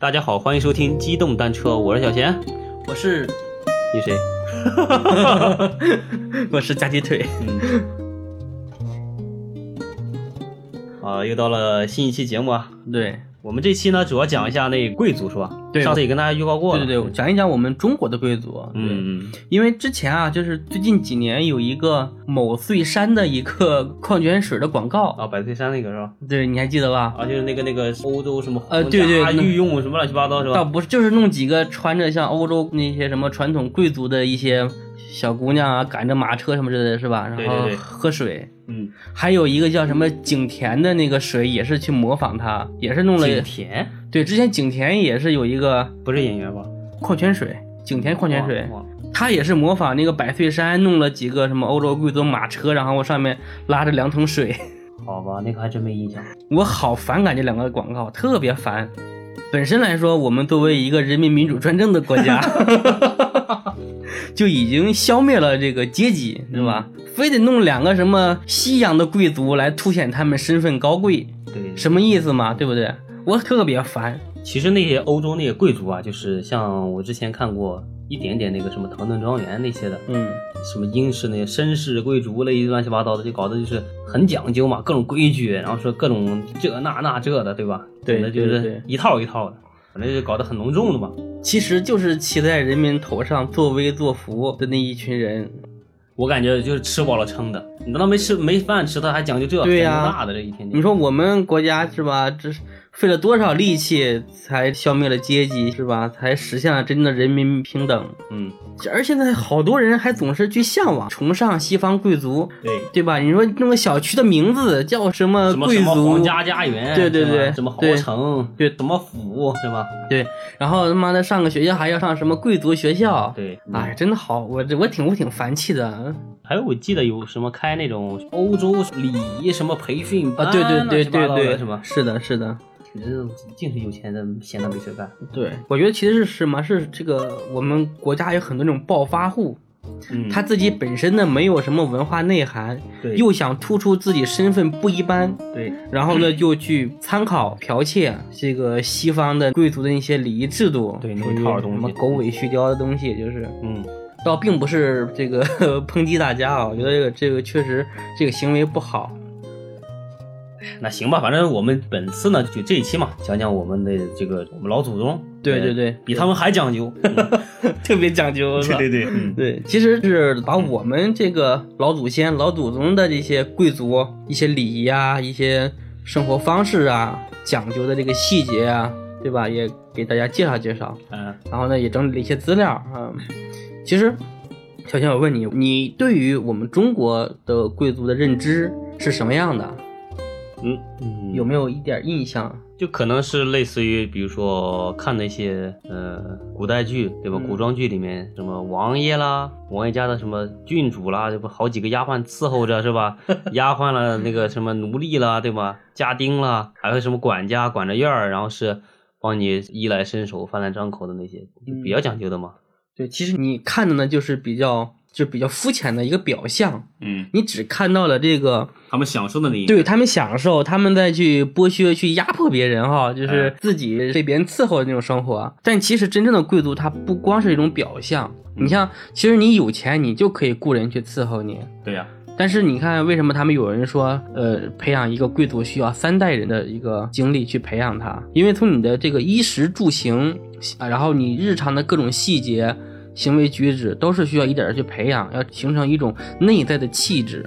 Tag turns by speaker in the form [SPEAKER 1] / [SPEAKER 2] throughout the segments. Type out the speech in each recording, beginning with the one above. [SPEAKER 1] 大家好，欢迎收听《机动单车》，我是小贤，
[SPEAKER 2] 我是
[SPEAKER 1] 你 谁？
[SPEAKER 2] 我是夹鸡腿，嗯
[SPEAKER 1] 啊，又到了新一期节目啊。
[SPEAKER 2] 对
[SPEAKER 1] 我们这期呢，主要讲一下那贵族是吧？
[SPEAKER 2] 对
[SPEAKER 1] 上次也跟大家预告过
[SPEAKER 2] 对
[SPEAKER 1] 了。
[SPEAKER 2] 对对，我讲一讲我们中国的贵族，啊对，
[SPEAKER 1] 嗯，嗯嗯，
[SPEAKER 2] 因为之前啊，就是最近几年有一个某岁山的一个矿泉水的广告，
[SPEAKER 1] 啊，百岁山那个是吧？
[SPEAKER 2] 对，你还记得吧？
[SPEAKER 1] 啊，就是那个那个欧洲什么
[SPEAKER 2] 呃
[SPEAKER 1] 皇
[SPEAKER 2] 对对
[SPEAKER 1] 家
[SPEAKER 2] 那
[SPEAKER 1] 御用什么乱七八糟是
[SPEAKER 2] 倒
[SPEAKER 1] 吧？
[SPEAKER 2] 不是，就是弄几个穿着像欧洲那些什么传统贵族的一些小姑娘啊，赶着马车什么之类的，是吧？
[SPEAKER 1] 对
[SPEAKER 2] 然
[SPEAKER 1] 对
[SPEAKER 2] 后
[SPEAKER 1] 对
[SPEAKER 2] 喝水。
[SPEAKER 1] 嗯，
[SPEAKER 2] 还有一个叫什么景田的那个水，也是去模仿他，也是弄了
[SPEAKER 1] 景甜
[SPEAKER 2] 对，之前景田也是有一个
[SPEAKER 1] 不是演员吧？
[SPEAKER 2] 矿泉水，景
[SPEAKER 1] 哎
[SPEAKER 2] 田矿泉水，
[SPEAKER 1] 哇哇
[SPEAKER 2] 他也是模仿那个百岁山，弄了几个什么欧洲贵族马车，然后上面拉着两桶水。
[SPEAKER 1] 好吧，那个还真没印象。
[SPEAKER 2] 我好反感这两个广告，特别烦。本身来说，我们作为一个人民民主专政的国家， 就已经消灭了这个阶级，是吧？非得弄两个什么西洋的贵族来凸显他们身份高贵，
[SPEAKER 1] 对，
[SPEAKER 2] 什么意思嘛？对不对？我特别烦。
[SPEAKER 1] 其实那些欧洲那些贵族啊，就是像我之前看过一点点那个什么唐顿庄园那些的，
[SPEAKER 2] 嗯，
[SPEAKER 1] 什么英式那些绅士贵族类乱七八糟的，就搞得就是很讲究嘛，各种规矩，然后说各种这那那这的，对吧？
[SPEAKER 2] 对
[SPEAKER 1] 那就
[SPEAKER 2] 对
[SPEAKER 1] 是
[SPEAKER 2] 对
[SPEAKER 1] 一套一套的，反正就搞得很隆重的嘛。
[SPEAKER 2] 其实就是骑在人民头上作威作福的那一群人，
[SPEAKER 1] 我感觉就是吃饱了撑的，你难道没吃没饭吃，他还讲究这
[SPEAKER 2] 对呀
[SPEAKER 1] 讲究那的这一天天。
[SPEAKER 2] 你说我们国家是吧？这是费了多少力气才消灭了阶级是吧？才实现了真的人民平等。
[SPEAKER 1] 嗯，
[SPEAKER 2] 而现在好多人还总是去向往、崇尚西方贵族，
[SPEAKER 1] 对。
[SPEAKER 2] 对吧？你说弄个小区的名字叫什么
[SPEAKER 1] 什么
[SPEAKER 2] 贵
[SPEAKER 1] 什么
[SPEAKER 2] 族
[SPEAKER 1] 皇？家家园，
[SPEAKER 2] 对对
[SPEAKER 1] 是吧
[SPEAKER 2] 对
[SPEAKER 1] 什么豪
[SPEAKER 2] 对
[SPEAKER 1] 城，
[SPEAKER 2] 对
[SPEAKER 1] 什么府，是吧？
[SPEAKER 2] 对，然后他妈的上个学校还要上什么贵族学校？
[SPEAKER 1] 对，
[SPEAKER 2] 哎，真的好，我这我挺我挺烦气的。啊
[SPEAKER 1] 还有我记得有什么开那种欧洲礼仪什么培训班
[SPEAKER 2] 啊，对对
[SPEAKER 1] 乱
[SPEAKER 2] 对对
[SPEAKER 1] 七八糟的
[SPEAKER 2] 对，
[SPEAKER 1] 是吧？
[SPEAKER 2] 是的，是的，
[SPEAKER 1] 人净是有钱人闲的没事干。
[SPEAKER 2] 对，我觉得其实是什么？是这个我们国家有很多那种暴发户，
[SPEAKER 1] 嗯，
[SPEAKER 2] 他自己本身呢没有什么文化内涵，
[SPEAKER 1] 对
[SPEAKER 2] 又想突出自己身份不一般，
[SPEAKER 1] 对
[SPEAKER 2] 然后
[SPEAKER 1] 嗯
[SPEAKER 2] 呢就去参考剽窃这个西方的贵族的一些礼仪制度，
[SPEAKER 1] 对那一套的东西
[SPEAKER 2] 什么狗尾续貂的东西，就是
[SPEAKER 1] 嗯，
[SPEAKER 2] 倒并不是这个 抨击大家啊，我觉得这个这个确实这个行为不好，
[SPEAKER 1] 那行吧，反正我们本次呢，就这一期嘛，讲讲我们的这个我们老祖宗，
[SPEAKER 2] 对
[SPEAKER 1] 呃
[SPEAKER 2] 对对
[SPEAKER 1] 比他们还讲 究。
[SPEAKER 2] 特别讲究，是吧
[SPEAKER 1] 对，嗯，
[SPEAKER 2] 对，其实是把我们这个老祖先、老祖宗的这些贵族、一些礼仪啊、一些生活方式啊、讲究的这个细节啊，对吧？也给大家介绍介绍。
[SPEAKER 1] 嗯
[SPEAKER 2] 然后呢，也整理了一些资料啊、其实，小仙，我问你，你对于我们中国的贵族的认知是什么样的？
[SPEAKER 1] 嗯嗯，
[SPEAKER 2] 有没有一点印象？
[SPEAKER 1] 就可能是类似于，比如说看那些呃古代剧，对吧？
[SPEAKER 2] 嗯
[SPEAKER 1] 古装剧里面什么王爷啦，王爷家的什么郡主啦，这不好几个丫鬟伺候着是 吧？丫鬟了那个什么奴隶啦，对吧？家丁啦，还有什么管家管着院儿，然后是帮你衣来伸手、饭来张口的那些，
[SPEAKER 2] 嗯
[SPEAKER 1] 比较讲究的嘛。
[SPEAKER 2] 对，其实你看的呢，就是比较就是比较肤浅的一个表象，
[SPEAKER 1] 嗯，
[SPEAKER 2] 你只看到了这个
[SPEAKER 1] 他们享受的那一面
[SPEAKER 2] 对他们享受，他们再去剥削、去压迫别人哈，就是自己被别人伺候的那种生活。但其实真正的贵族，他不光是一种表象。你像，其实你有钱，你就可以雇人去伺候你。
[SPEAKER 1] 对呀、
[SPEAKER 2] 但是你看，为什么他们有人说，呃，培养一个贵族需要三代人的一个精力去培养他？因为从你的这个衣食住行，啊，然后你日常的各种细节、行为举止，都是需要一点儿去培养，要形成一种内在的气质。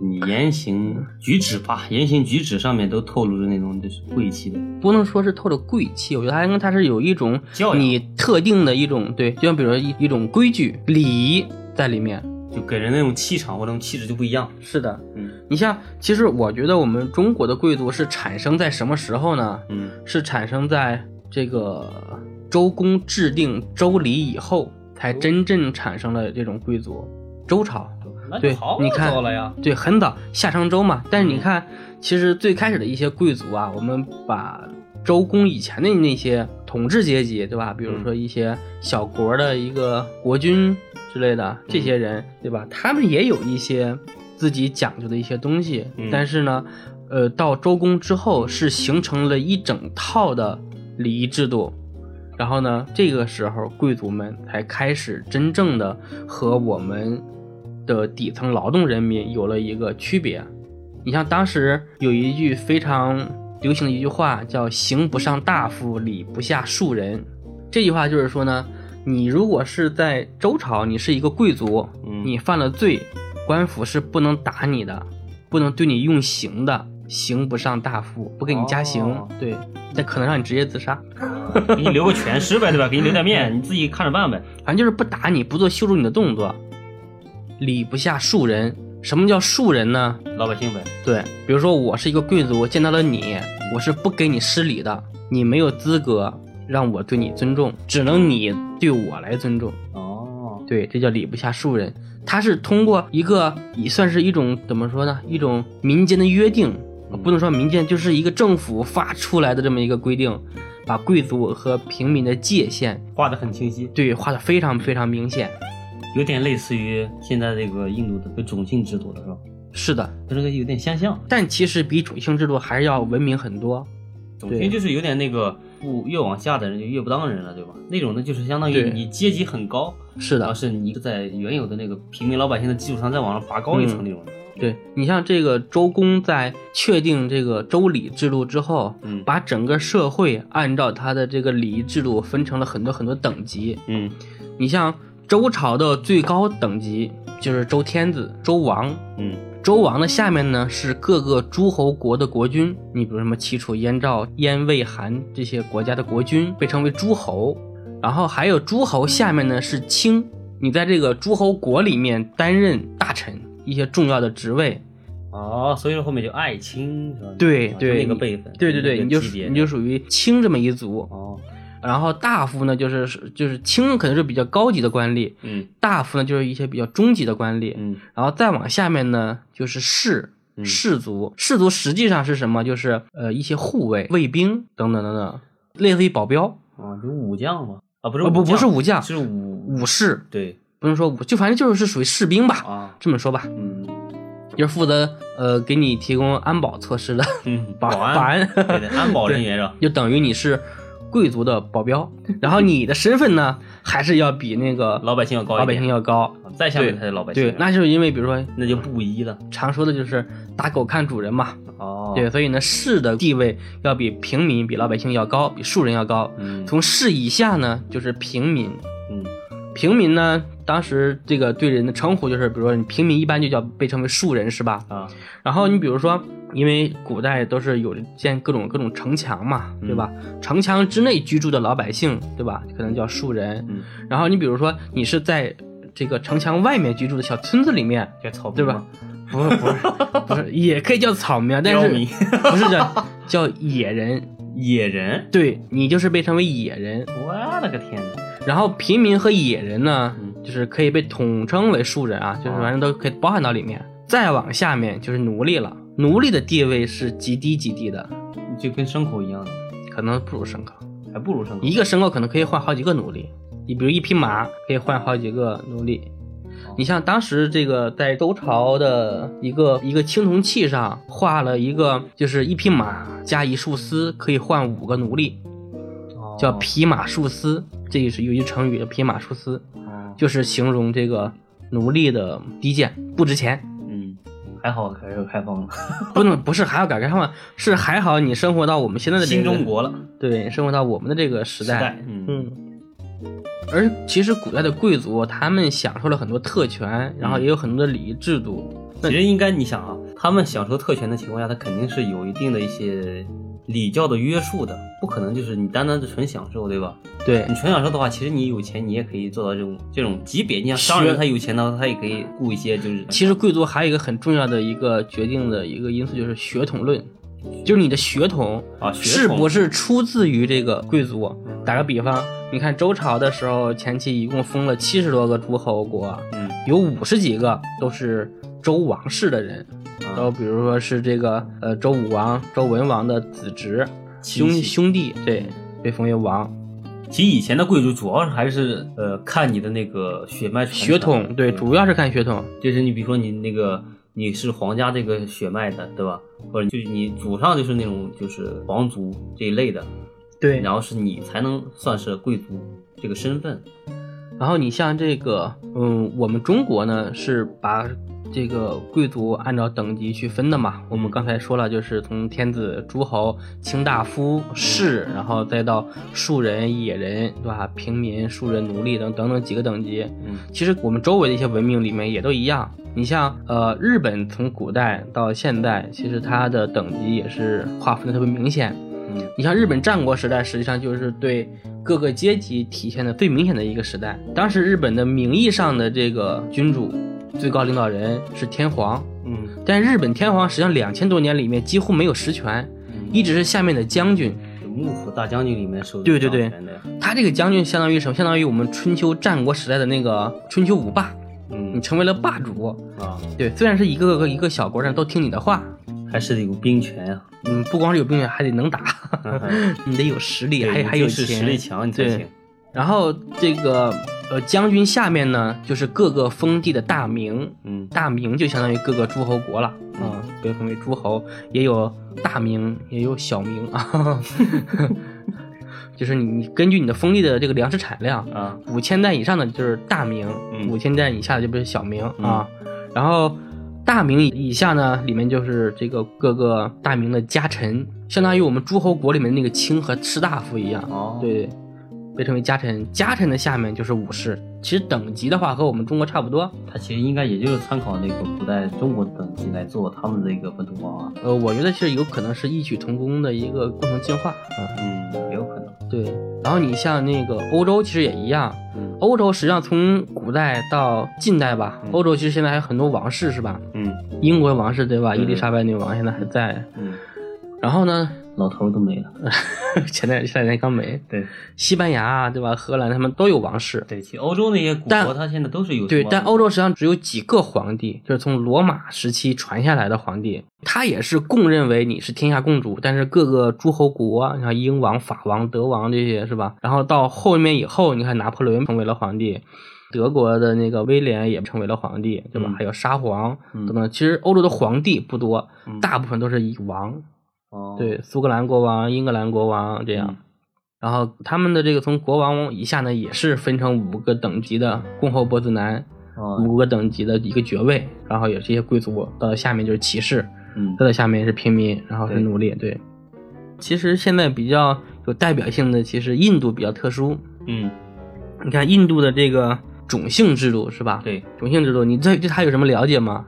[SPEAKER 1] 你言行举止吧，言行举止上面都透露着那种就是贵气的。
[SPEAKER 2] 不能说是透着贵气，我觉得它应该它是有一种
[SPEAKER 1] 教养
[SPEAKER 2] 你特定的一种对，就像比如说一一种规矩、礼仪在里面。
[SPEAKER 1] 就给人那种气场或者那种气质就不一样。
[SPEAKER 2] 是的，
[SPEAKER 1] 嗯
[SPEAKER 2] 你像，其实我觉得我们中国的贵族是产生在什么时候呢？
[SPEAKER 1] 嗯
[SPEAKER 2] 是产生在这个周公制定周礼以后，才真正产生了这种贵族。周朝，，
[SPEAKER 1] 那
[SPEAKER 2] 对
[SPEAKER 1] 就好
[SPEAKER 2] 你看
[SPEAKER 1] 早了呀。
[SPEAKER 2] 对，很早夏商周嘛。但是你看，其实最开始的一些贵族啊，我们把周公以前的那些统治阶级，对吧？比如说一些小国的一个国君之类的这些人，对吧？他们也有一些自己讲究的一些东西，
[SPEAKER 1] 嗯
[SPEAKER 2] 但是呢，呃，到周公之后是形成了一整套的礼仪制度。然后呢，这个时候贵族们才开始真正的和我们的底层劳动人民有了一个区别。你像当时有一句非常流行的一句话，叫“刑不上大夫，礼不下庶人”。这句话就是说呢，你如果是在周朝，你是一个贵族，
[SPEAKER 1] 嗯
[SPEAKER 2] 你犯了罪，官府是不能打你的，不能对你用刑的，刑不上大夫，不给你加刑，
[SPEAKER 1] 哦
[SPEAKER 2] 对，那可能让你直接自杀。
[SPEAKER 1] 给你留个全尸呗，对吧？给你留点面，你自己看着办呗。
[SPEAKER 2] 反正就是不打你，不做羞辱你的动作。礼不下庶人，什么叫庶人呢？
[SPEAKER 1] 老百姓呗，
[SPEAKER 2] 对，比如说我是一个贵族，我见到了你，我是不给你施礼的，你没有资格让我对你尊重，只能你对我来尊重。
[SPEAKER 1] 哦，
[SPEAKER 2] 对，这叫礼不下庶人。他是通过一个也算是一种怎么说呢？一种民间的约定，呃不能说民间，就是一个政府发出来的这么一个规定，把贵族和平民的界限
[SPEAKER 1] 画的很清晰，
[SPEAKER 2] 对画的非常非常明显。
[SPEAKER 1] 有点类似于现在这个印度的这个种姓制度了，是吧？
[SPEAKER 2] 是的，
[SPEAKER 1] 跟这个有点相像，
[SPEAKER 2] 但其实比种姓制度还是要文明很多。
[SPEAKER 1] 种
[SPEAKER 2] 对
[SPEAKER 1] 姓就是有点那个不越往下的人就越不当人了，对吧？那种呢就是相当于
[SPEAKER 2] 对
[SPEAKER 1] 你阶级很高，
[SPEAKER 2] 是
[SPEAKER 1] 然后是你在原有的那个平民老百姓的基础上再往上拔高一层那种的。
[SPEAKER 2] 对你像这个周公在确定这个周礼制度之后，
[SPEAKER 1] 嗯
[SPEAKER 2] 把整个社会按照他的这个礼仪制度分成了很多很多等级。
[SPEAKER 1] 嗯
[SPEAKER 2] 你像周朝的最高等级就是周天子、周王。
[SPEAKER 1] 嗯
[SPEAKER 2] 周王的下面呢是各个诸侯国的国君，你比如什么齐、楚、燕、赵、燕、魏、韩这些国家的国君被称为诸侯。然后还有诸侯下面呢是卿，你在这个诸侯国里面担任大臣一些重要的职位。
[SPEAKER 1] 哦，所以说后面就爱卿是吧？
[SPEAKER 2] 对
[SPEAKER 1] 啊就
[SPEAKER 2] 对，
[SPEAKER 1] 那个
[SPEAKER 2] 你
[SPEAKER 1] 辈分，
[SPEAKER 2] 对对对，
[SPEAKER 1] 那个
[SPEAKER 2] 你就
[SPEAKER 1] 级别
[SPEAKER 2] 你就属于卿这么一族。
[SPEAKER 1] 哦，
[SPEAKER 2] 然后大夫呢就是就是卿可能是比较高级的官吏，
[SPEAKER 1] 嗯
[SPEAKER 2] 大夫呢就是一些比较中级的官吏。
[SPEAKER 1] 嗯
[SPEAKER 2] 然后再往下面呢，就是士
[SPEAKER 1] 嗯
[SPEAKER 2] 士卒，士卒实际上是什么？就是呃一些护卫、卫兵等等等等，类似于保镖，
[SPEAKER 1] 啊，就武将嘛，啊不是
[SPEAKER 2] 呃不
[SPEAKER 1] 武将
[SPEAKER 2] 不是武将，
[SPEAKER 1] 是武
[SPEAKER 2] 武士，
[SPEAKER 1] 对
[SPEAKER 2] 不能说武，就反正就是属于士兵吧，
[SPEAKER 1] 啊
[SPEAKER 2] 这么说吧，
[SPEAKER 1] 嗯
[SPEAKER 2] 就是负责呃给你提供安保措施的
[SPEAKER 1] 嗯
[SPEAKER 2] 保
[SPEAKER 1] 安
[SPEAKER 2] 保安
[SPEAKER 1] 对对安保人员是吧？
[SPEAKER 2] 就等于你是贵族的保 镖，然后你的身份呢，还是要比那个
[SPEAKER 1] 老百姓要高
[SPEAKER 2] 老
[SPEAKER 1] 一
[SPEAKER 2] 百姓
[SPEAKER 1] 点，啊
[SPEAKER 2] 要高。
[SPEAKER 1] 再下面才是老百姓啊
[SPEAKER 2] 对，，那就是因为比如说
[SPEAKER 1] 那就不一了
[SPEAKER 2] 常说的就是打狗看主人嘛，
[SPEAKER 1] 哦
[SPEAKER 2] 对，，所以呢，士的地位要比平民、比老百姓要高，比庶人要高。
[SPEAKER 1] 嗯
[SPEAKER 2] 从士以下呢，就是平民。
[SPEAKER 1] 嗯
[SPEAKER 2] 平民呢，当时这个对人的称呼就是，比如说你平民一般就叫被称为庶人，是吧？
[SPEAKER 1] 啊
[SPEAKER 2] 然后你比如说，因为古代都是有建各种各种城墙嘛，对吧？城墙之内居住的老百姓，对吧？可能叫庶人。
[SPEAKER 1] 嗯，
[SPEAKER 2] 然后你比如说，你是在这个城墙外面居住的小村子里面，
[SPEAKER 1] 叫草
[SPEAKER 2] 对
[SPEAKER 1] 民
[SPEAKER 2] 吧
[SPEAKER 1] 嘛？？
[SPEAKER 2] 不是不 是不是，也可以叫草民啊，但
[SPEAKER 1] 刁
[SPEAKER 2] 是
[SPEAKER 1] 民
[SPEAKER 2] 不是叫叫野人，
[SPEAKER 1] 野人，
[SPEAKER 2] 对你就是被称为野人。
[SPEAKER 1] 我了个天呐，
[SPEAKER 2] 然后平民和野人呢，
[SPEAKER 1] 嗯
[SPEAKER 2] 就是可以被统称为庶人啊，就是
[SPEAKER 1] 哦
[SPEAKER 2] 反正都可以包含到里面。再往下面就是奴隶了，奴隶的地位是极低极低的，
[SPEAKER 1] 嗯就跟牲口一样的，
[SPEAKER 2] 可能不如牲口，
[SPEAKER 1] 还不如牲口。
[SPEAKER 2] 一个牲口可能可以换好几个奴隶，你比如一匹马可以换好几个奴隶。你像当时这个在周朝的一个一个青铜器上画了一个，就是一匹马加一束丝可以换五个奴隶，
[SPEAKER 1] 哦
[SPEAKER 2] 叫匹马束丝，这也是有一句成语“匹马束丝
[SPEAKER 1] 哦”，
[SPEAKER 2] 就是形容这个奴隶的低贱、不值钱。
[SPEAKER 1] 嗯，还好改革开放了，
[SPEAKER 2] 不能不是还要改革开放，是还好你生活到我们现在的这个
[SPEAKER 1] 新中，国了，
[SPEAKER 2] 对，生活到我们的这个时
[SPEAKER 1] 时
[SPEAKER 2] 代，
[SPEAKER 1] 代，嗯
[SPEAKER 2] 嗯。而其实古代的贵族，他们享受了很多特权，然后也有很多的礼仪制度。
[SPEAKER 1] 其实应该你想啊，他们享受特权的情况下，他肯定是有一定的一些礼教的约束的，不可能就是你单单是纯享受，对吧？
[SPEAKER 2] 对
[SPEAKER 1] 你，纯享受的话，其实你有钱，你也可以做到这种这种级别。你像商人，
[SPEAKER 2] 是
[SPEAKER 1] 他有钱的话，他也可以雇一些就是
[SPEAKER 2] 其实贵族还有一个很重要的一个决定的一个因素就是血统论，就是你的血统
[SPEAKER 1] 啊，血
[SPEAKER 2] 是
[SPEAKER 1] 统
[SPEAKER 2] 不是出自于这个贵族
[SPEAKER 1] 嗯？
[SPEAKER 2] 打个比方，你看周朝的时候，前期一共封了七十多个诸侯国，
[SPEAKER 1] 嗯，
[SPEAKER 2] 有五十几个都是周王室的人，然后
[SPEAKER 1] 啊
[SPEAKER 2] 比如说是这个呃周武王、周文王的子侄
[SPEAKER 1] 亲
[SPEAKER 2] 兄
[SPEAKER 1] 戚嗯
[SPEAKER 2] 兄弟，对，被封为王。
[SPEAKER 1] 其实以前的贵族主要是还是呃看你的那个血脉传承嗯
[SPEAKER 2] 血统对，主要是看血统。
[SPEAKER 1] 就是你比如说你那个你是皇家这个血脉的，对吧？或者就是你祖上就是那种就是皇族这一类的，
[SPEAKER 2] 对，
[SPEAKER 1] 然后是你才能算是贵族这个身份。
[SPEAKER 2] 然后你像这个，嗯，我们中国呢是把这个贵族按照等级去分的嘛。我们刚才说了，就是从天子、诸侯、卿大夫、士，然后再到庶人、野人，对吧？平民、庶人、奴隶等等等几个等级。
[SPEAKER 1] 嗯，
[SPEAKER 2] 其实我们周围的一些文明里面也都一样。你像呃，日本从古代到现代，其实它的等级也是划分的特别明显。
[SPEAKER 1] 嗯
[SPEAKER 2] 你像日本战国时代，实际上就是对各个阶级体现的最明显的一个时代。当时日本的名义上的这个君主、最高领导人是天皇，
[SPEAKER 1] 嗯
[SPEAKER 2] 但日本天皇实际上两千多年里面几乎没有实权，一直是下面的将军。
[SPEAKER 1] 幕府大将军里面手
[SPEAKER 2] 对对对
[SPEAKER 1] 掌权的，
[SPEAKER 2] 他这个将军相当于什么？相当于我们春秋战国时代的那个春秋五霸，你
[SPEAKER 1] 嗯
[SPEAKER 2] 成为了霸主。
[SPEAKER 1] 啊，
[SPEAKER 2] 对，虽然是一个个一个小国，但都听你的话。
[SPEAKER 1] 还是得有兵权啊，
[SPEAKER 2] 嗯，不光是有兵权，还得能打，
[SPEAKER 1] 嗯
[SPEAKER 2] 你得有实力，
[SPEAKER 1] 对
[SPEAKER 2] 还
[SPEAKER 1] 你
[SPEAKER 2] 还有
[SPEAKER 1] 就是
[SPEAKER 2] 钱
[SPEAKER 1] 实力强你才
[SPEAKER 2] 对
[SPEAKER 1] 行。
[SPEAKER 2] 然后这个呃将军下面呢，就是各个封地的大名，
[SPEAKER 1] 嗯
[SPEAKER 2] 大名就相当于各个诸侯国了啊，被分为诸侯，也有大名，也有小名啊， 就是你你根据你的封地的这个粮食产量，
[SPEAKER 1] 啊
[SPEAKER 2] 五千担以上的就是大名，
[SPEAKER 1] 嗯
[SPEAKER 2] 五千担以下的就不是小名、啊。然后大名以下呢，里面就是这个各个大名的家臣，相当于我们诸侯国里面那个卿和士大夫一样。
[SPEAKER 1] 哦
[SPEAKER 2] 对，被称为家臣。家臣的下面就是武士。其实等级的话和我们中国差不多。
[SPEAKER 1] 他其实应该也就是参考那个古代中国的等级来做他们的一个本土文化，
[SPEAKER 2] 呃，我觉得是有可能是异曲同工的一个共同进化。
[SPEAKER 1] 嗯，也有可能，
[SPEAKER 2] 对，然后你像那个欧洲其实也一样，
[SPEAKER 1] 嗯
[SPEAKER 2] 欧洲实际上从古代到近代吧，
[SPEAKER 1] 嗯
[SPEAKER 2] 欧洲其实现在还有很多王室是吧？
[SPEAKER 1] 嗯
[SPEAKER 2] 英国王室对吧？
[SPEAKER 1] 对
[SPEAKER 2] 伊丽莎白女王现在还在。
[SPEAKER 1] 嗯，
[SPEAKER 2] 然后呢，
[SPEAKER 1] 老头儿都没了，
[SPEAKER 2] 前两前两天刚没，
[SPEAKER 1] 对
[SPEAKER 2] 西班牙啊对吧？荷兰他们都有王室。
[SPEAKER 1] 对，其实欧洲那些古
[SPEAKER 2] 但
[SPEAKER 1] 国，它现在都是有
[SPEAKER 2] 对，
[SPEAKER 1] 什么
[SPEAKER 2] 但欧洲实际上只有几个皇帝，就是从罗马时期传下来的皇帝，他也是共认为你是天下共主，但是各个诸侯国，啊你看英王、法王、德王这些是吧？然后到后面以后，你看拿破仑成为了皇帝，德国的那个威廉也成为了皇帝，对吧？
[SPEAKER 1] 嗯
[SPEAKER 2] 还有沙皇
[SPEAKER 1] 嗯
[SPEAKER 2] 等等，其实欧洲的皇帝不多，
[SPEAKER 1] 嗯
[SPEAKER 2] 大部分都是以王
[SPEAKER 1] 哦
[SPEAKER 2] 对，苏格兰国王、英格兰国王这样。
[SPEAKER 1] 嗯
[SPEAKER 2] 然后他们的这个从国王以下呢，也是分成五个等级的共和伯子男，
[SPEAKER 1] 哦
[SPEAKER 2] 五个啊等级的一个爵位，然后有这些贵族，到下面就是骑士，
[SPEAKER 1] 嗯
[SPEAKER 2] 再到下面是平民，然后是
[SPEAKER 1] 对
[SPEAKER 2] 奴隶。对，其实现在比较有代表性的，其实印度比较特殊。
[SPEAKER 1] 嗯
[SPEAKER 2] 你看印度的这个种姓制度是吧？，
[SPEAKER 1] 对，
[SPEAKER 2] 种姓制度，你对对它有什么了解吗？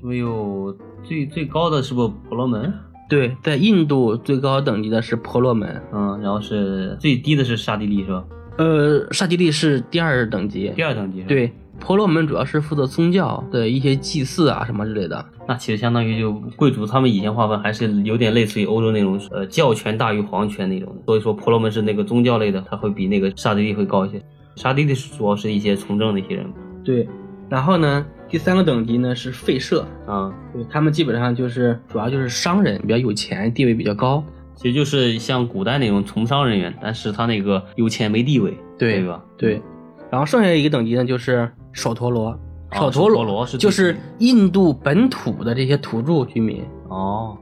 [SPEAKER 1] 是不是有最最高的是不是婆罗门？
[SPEAKER 2] 对，在印度最高等级的是婆罗门，
[SPEAKER 1] 嗯，然后是最低的是刹帝利是吧？
[SPEAKER 2] 呃，刹帝利是第二等级，
[SPEAKER 1] 第二等级是吧？，
[SPEAKER 2] 对，婆罗门主要是负责宗教的一些祭祀啊什么之类的。
[SPEAKER 1] 那其实相当于就贵族他们以前划分还是有点类似于欧洲那种呃教权大于皇权那种的，所以说婆罗门是那个宗教类的，它会比那个刹帝利会高一些。刹帝利是主要是一些从政的一些人
[SPEAKER 2] 对，然后呢，第三个等级呢是吠舍，
[SPEAKER 1] 啊，
[SPEAKER 2] 对他们基本上就是主要就是商人，比较有钱，地位比较高。
[SPEAKER 1] 其实就是像古代那种从商人员，但是他那个有钱没地位，
[SPEAKER 2] 对
[SPEAKER 1] 对吧？
[SPEAKER 2] 对，然后剩下一个等级呢就是首陀罗，
[SPEAKER 1] 啊
[SPEAKER 2] 首陀
[SPEAKER 1] 首陀罗是
[SPEAKER 2] 就
[SPEAKER 1] 最
[SPEAKER 2] 是
[SPEAKER 1] 低
[SPEAKER 2] 印度本土的这些土著居民。
[SPEAKER 1] 哦，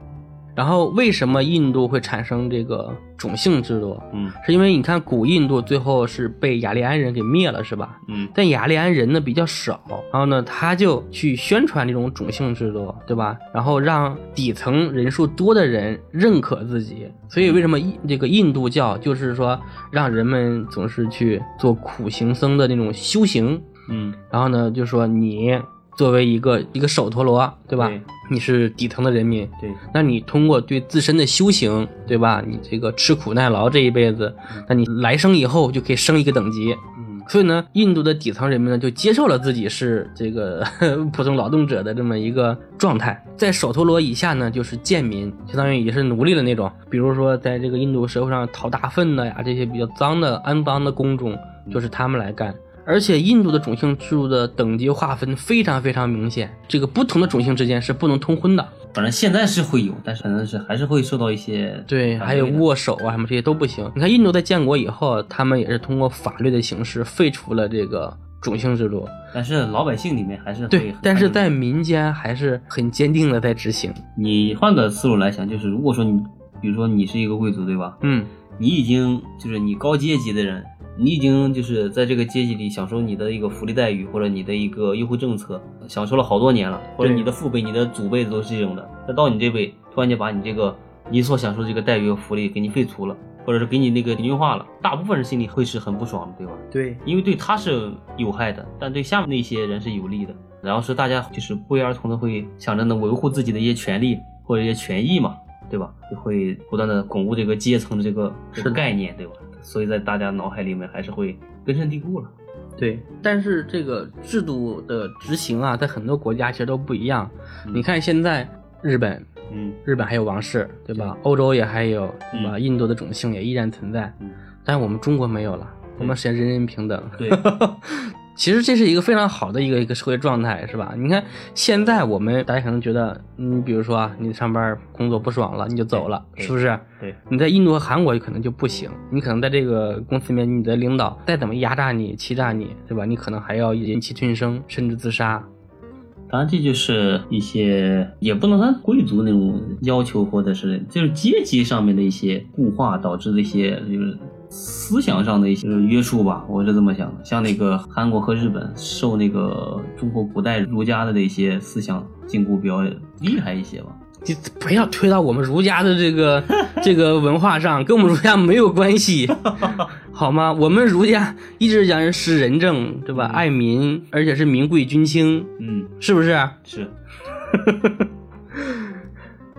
[SPEAKER 2] 然后为什么印度会产生这个种姓制度？
[SPEAKER 1] 嗯
[SPEAKER 2] 是因为你看古印度最后是被雅利安人给灭了，是吧？
[SPEAKER 1] 嗯
[SPEAKER 2] 但雅利安人呢比较少，然后呢，他就去宣传这种种姓制度，对吧？然后让底层人数多的人认可自己。所以为什么印这个印度教就是说让人们总是去做苦行僧的那种修行，
[SPEAKER 1] 嗯，
[SPEAKER 2] 然后呢，就说你作为一个一个首陀罗，对吧？
[SPEAKER 1] 对
[SPEAKER 2] 你是底层的人民，
[SPEAKER 1] 对，
[SPEAKER 2] 那你通过对自身的修行，对吧？你这个吃苦耐劳这一辈子，那你来生以后就可以升一个等级。
[SPEAKER 1] 嗯
[SPEAKER 2] 所以呢，印度的底层人民呢就接受了自己是这个 普通劳动者的这么一个状态。在首陀罗以下呢，就是贱民，相当于也是奴隶的那种。比如说，在这个印度社会上讨大粪的呀，这些比较脏的、肮脏的工种，就是他们来干。而且，印度的种姓制度的等级划分非常非常明显，这个不同的种姓之间是不能通婚的。
[SPEAKER 1] 反正现在是会有，但是可能是还是会受到一些
[SPEAKER 2] 对，
[SPEAKER 1] 反
[SPEAKER 2] 还有
[SPEAKER 1] 对的
[SPEAKER 2] 握手啊什么这些都不行。你看，印度在建国以后，他们也是通过法律的形式废除了这个种姓制度。
[SPEAKER 1] 但是老百姓里面还是会
[SPEAKER 2] 对
[SPEAKER 1] 啊很，
[SPEAKER 2] 但是
[SPEAKER 1] 反
[SPEAKER 2] 在
[SPEAKER 1] 对的
[SPEAKER 2] 民间还是很坚定的在执行。
[SPEAKER 1] 你换个思路来想，就是如果说你，比如说你是一个贵族，对吧？
[SPEAKER 2] 嗯，
[SPEAKER 1] 你已经就是你高阶级的人，你已经就是在这个阶级里享受你的一个福利待遇或者你的一个优惠政策，享受了好多年了，或者
[SPEAKER 2] 对
[SPEAKER 1] 你的父辈、你的祖辈都是这种的，那到你这辈突然间把你这个你所享受的这个待遇和福利给你废除了，或者是给你那个平均化了，大部分人心里会是很不爽的，对吧？
[SPEAKER 2] 对
[SPEAKER 1] 因为对他是有害的，但对下面那些人是有利的。然后是大家就是不约而同的会想着能维护自己的一些权利或者一些权益嘛，对吧？就会不断的巩固这个阶层的这个这
[SPEAKER 2] 是
[SPEAKER 1] 个
[SPEAKER 2] 的
[SPEAKER 1] 概念，对吧？所以在大家脑海里面还是会根深蒂固了。
[SPEAKER 2] 对，但是这个制度的执行啊，在很多国家其实都不一样。
[SPEAKER 1] 嗯
[SPEAKER 2] 你看现在日本，
[SPEAKER 1] 嗯
[SPEAKER 2] 日本还有王室，对吧？欧洲也还有，对吧？
[SPEAKER 1] 嗯
[SPEAKER 2] 印度的种姓也依然存在，
[SPEAKER 1] 嗯
[SPEAKER 2] 但我们中国没有了，我们实现人人平等。
[SPEAKER 1] 对
[SPEAKER 2] 其实这是一个非常好的一个一个社会状态，是吧？你看现在我们大家可能觉得，你比如说啊，你上班工作不爽了，你就走了，
[SPEAKER 1] 对
[SPEAKER 2] 是不是？
[SPEAKER 1] 对，
[SPEAKER 2] 你在印度和韩国可能就不行，你可能在这个公司里面，你的领导再怎么压榨你、欺诈你，对吧？你可能还要忍气吞声，甚至自杀。
[SPEAKER 1] 当然这就是一些也不能算贵族那种要求，或者是就是阶级上面的一些固化导致的一些就是思想上的一些就是约束吧，我是这么想的。像那个韩国和日本受那个中国古代儒家的那些思想禁锢比较厉害一些吧。
[SPEAKER 2] 你不要推到我们儒家的这 个这个文化上，跟我们儒家没有关 系，好吗？我们儒家一直讲是仁政，对吧？
[SPEAKER 1] 嗯
[SPEAKER 2] 爱民，而且是民贵君轻，
[SPEAKER 1] 嗯，
[SPEAKER 2] 是不是？
[SPEAKER 1] 是。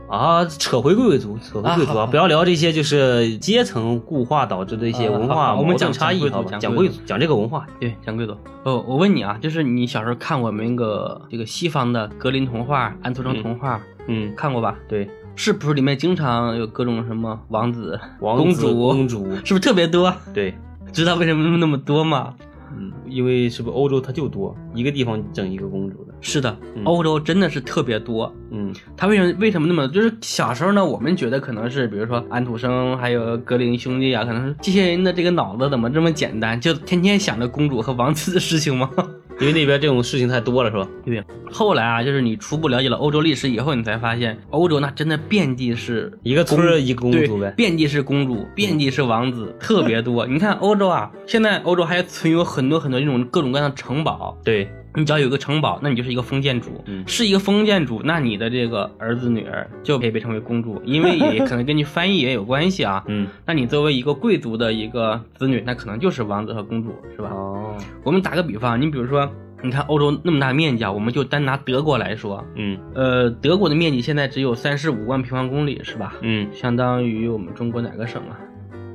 [SPEAKER 1] 啊，扯回贵族，扯回贵族
[SPEAKER 2] 啊
[SPEAKER 1] 啊！
[SPEAKER 2] 好
[SPEAKER 1] 不要聊这些就是阶层固化导致的一些
[SPEAKER 2] 啊
[SPEAKER 1] 文
[SPEAKER 2] 好
[SPEAKER 1] 化
[SPEAKER 2] 好我们
[SPEAKER 1] 矛
[SPEAKER 2] 讲
[SPEAKER 1] 盾差
[SPEAKER 2] 讲
[SPEAKER 1] 异，
[SPEAKER 2] 贵族
[SPEAKER 1] 好吧？
[SPEAKER 2] 讲
[SPEAKER 1] 讲
[SPEAKER 2] 贵
[SPEAKER 1] 贵族，讲这个文化，
[SPEAKER 2] 对，讲贵族。哦，我问你啊，就是你小时候看我们那个这个西方的格林童话、安徒生童话，
[SPEAKER 1] 嗯，
[SPEAKER 2] 看过吧？
[SPEAKER 1] 对。
[SPEAKER 2] 是不是里面经常有各种什么王子、
[SPEAKER 1] 王
[SPEAKER 2] 公
[SPEAKER 1] 子
[SPEAKER 2] 主、
[SPEAKER 1] 公 主，
[SPEAKER 2] 是不是特别多？
[SPEAKER 1] 对，
[SPEAKER 2] 知道为什么那么多吗？
[SPEAKER 1] 嗯，因为是不是欧洲它就多一个地方整一个公主的，
[SPEAKER 2] 是的，
[SPEAKER 1] 嗯
[SPEAKER 2] 欧洲真的是特别多。
[SPEAKER 1] 嗯
[SPEAKER 2] 他为什么为什么那么就是小时候呢？我们觉得可能是比如说安徒生还有格林兄弟啊，可能是这些人的这个脑子怎么这么简单，就天天想着公主和王子的事情吗？
[SPEAKER 1] 因为那边这种事情太多了，是吧？
[SPEAKER 2] 对。后来啊，就是你初步了解了欧洲历史以后，你才发现欧洲那真的遍地是
[SPEAKER 1] 一个村儿一个公
[SPEAKER 2] 对，
[SPEAKER 1] 主呗，
[SPEAKER 2] 遍地是公主，遍地是王子， 特别多。你看欧洲啊，现在欧洲还存有很多很多这种各种各样的城堡。
[SPEAKER 1] 对，
[SPEAKER 2] 你只要有一个城堡，那你就是一个封建主。
[SPEAKER 1] 嗯
[SPEAKER 2] 是一个封建主，那你的这个儿子女儿就可以被称为公 主，因为也可能根据翻译也有关系啊。
[SPEAKER 1] 嗯，
[SPEAKER 2] 那你作为一个贵族的一个子女，那可能就是王子和公主，是吧？
[SPEAKER 1] 哦，
[SPEAKER 2] 我们打个比方，你比如说，你看欧洲那么大面积啊，我们就单拿德国来说，
[SPEAKER 1] 嗯
[SPEAKER 2] 呃，德国的面积现在只有三十五万平方公里，是吧？
[SPEAKER 1] 嗯，
[SPEAKER 2] 相当于我们中国哪个省啊？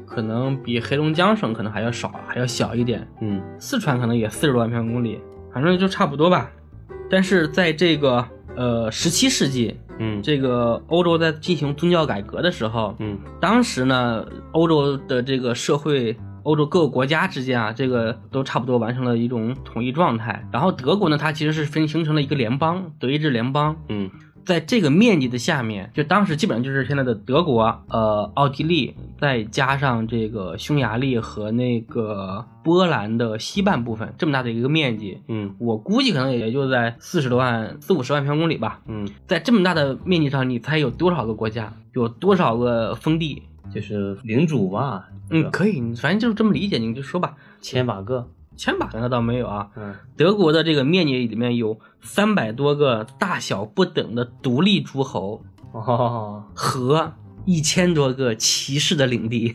[SPEAKER 2] 可能比黑龙江省可能还要少，还要小一点。
[SPEAKER 1] 嗯
[SPEAKER 2] 四川可能也四十多万平方公里，反正就差不多吧。但是在这个呃十七世纪，
[SPEAKER 1] 嗯
[SPEAKER 2] 这个欧洲在进行宗教改革的时候，
[SPEAKER 1] 嗯
[SPEAKER 2] 当时呢，欧洲的这个社会，欧洲各个国家之间啊，这个都差不多完成了一种统一状态。然后德国呢，它其实是分形成了一个联邦，德意志联邦。
[SPEAKER 1] 嗯
[SPEAKER 2] 在这个面积的下面，就当时基本上就是现在的德国、呃奥地利，再加上这个匈牙利和那个波兰的西半部分，这么大的一个面积，
[SPEAKER 1] 嗯
[SPEAKER 2] 我估计可能也就在四十多万、四五十万平方公里吧。
[SPEAKER 1] 嗯，
[SPEAKER 2] 在这么大的面积上，你猜有多少个国家，有多少个封地？
[SPEAKER 1] 就是领主吧，
[SPEAKER 2] 嗯，可以，你反正就是这么理解，你就说吧。
[SPEAKER 1] 千把个，
[SPEAKER 2] 千把那倒没有啊，
[SPEAKER 1] 嗯
[SPEAKER 2] 德国的这个面积里面有三百多个大小不等的独立诸侯，
[SPEAKER 1] 哦，
[SPEAKER 2] 和一千多个骑士的 领地。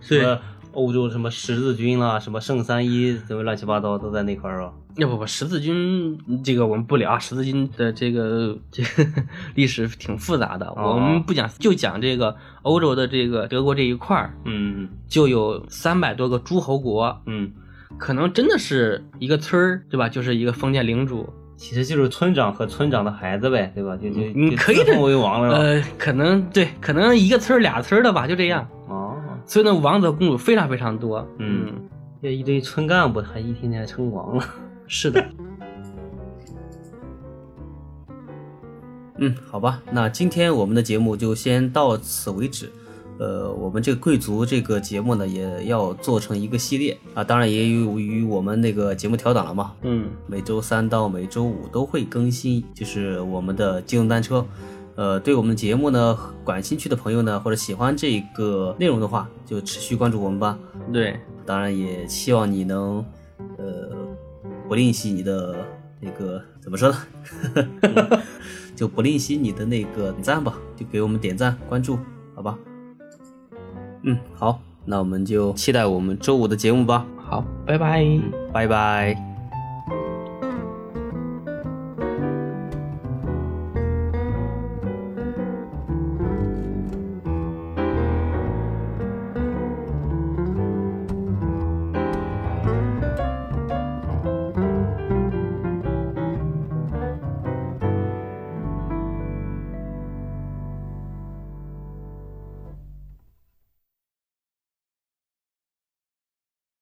[SPEAKER 1] 什
[SPEAKER 2] 对，
[SPEAKER 1] 么欧洲啊什么十字军啦，什么圣三一，什么乱七八糟都在那块儿啊，
[SPEAKER 2] 要不不，十字军这个我们不聊啊，十字军的这个这个历史挺复杂的，
[SPEAKER 1] 哦
[SPEAKER 2] 我们不讲，就讲这个欧洲的这个德国这一块儿，
[SPEAKER 1] 嗯
[SPEAKER 2] 就有三百多个诸侯国，
[SPEAKER 1] 嗯，
[SPEAKER 2] 可能真的是一个村儿，对吧？就是一个封建领主，
[SPEAKER 1] 其实就是村长和村长的孩子呗，对吧？就就
[SPEAKER 2] 你
[SPEAKER 1] 就
[SPEAKER 2] 可以
[SPEAKER 1] 自
[SPEAKER 2] 这
[SPEAKER 1] 封为王了，
[SPEAKER 2] 呃，可能对，可能一个村儿俩村儿的吧，就这样。
[SPEAKER 1] 哦。
[SPEAKER 2] 所以呢，王子和公主非常非常多，
[SPEAKER 1] 嗯这一堆村干部还一天天称王了。
[SPEAKER 2] 是的，
[SPEAKER 3] 嗯，好吧，那今天我们的节目就先到此为止。呃，我们这个贵族这个节目呢，也要做成一个系列啊，当然也由于我们那个节目调档了嘛，
[SPEAKER 2] 嗯，
[SPEAKER 3] 每周三到每周五都会更新，就是我们的机动单车。
[SPEAKER 1] 呃，对我们的节目呢感兴趣的朋友呢，或者喜欢这个内容的话，就持续关注我们吧。
[SPEAKER 2] 嗯对，
[SPEAKER 1] 当然也希望你能，呃，不吝惜你的那个怎么说呢？ 就不吝惜你的那个点赞吧，就给我们点赞关注，好吧？嗯，好，那我们就期待我们周五的节目吧。
[SPEAKER 2] 好，拜拜。
[SPEAKER 1] 拜拜。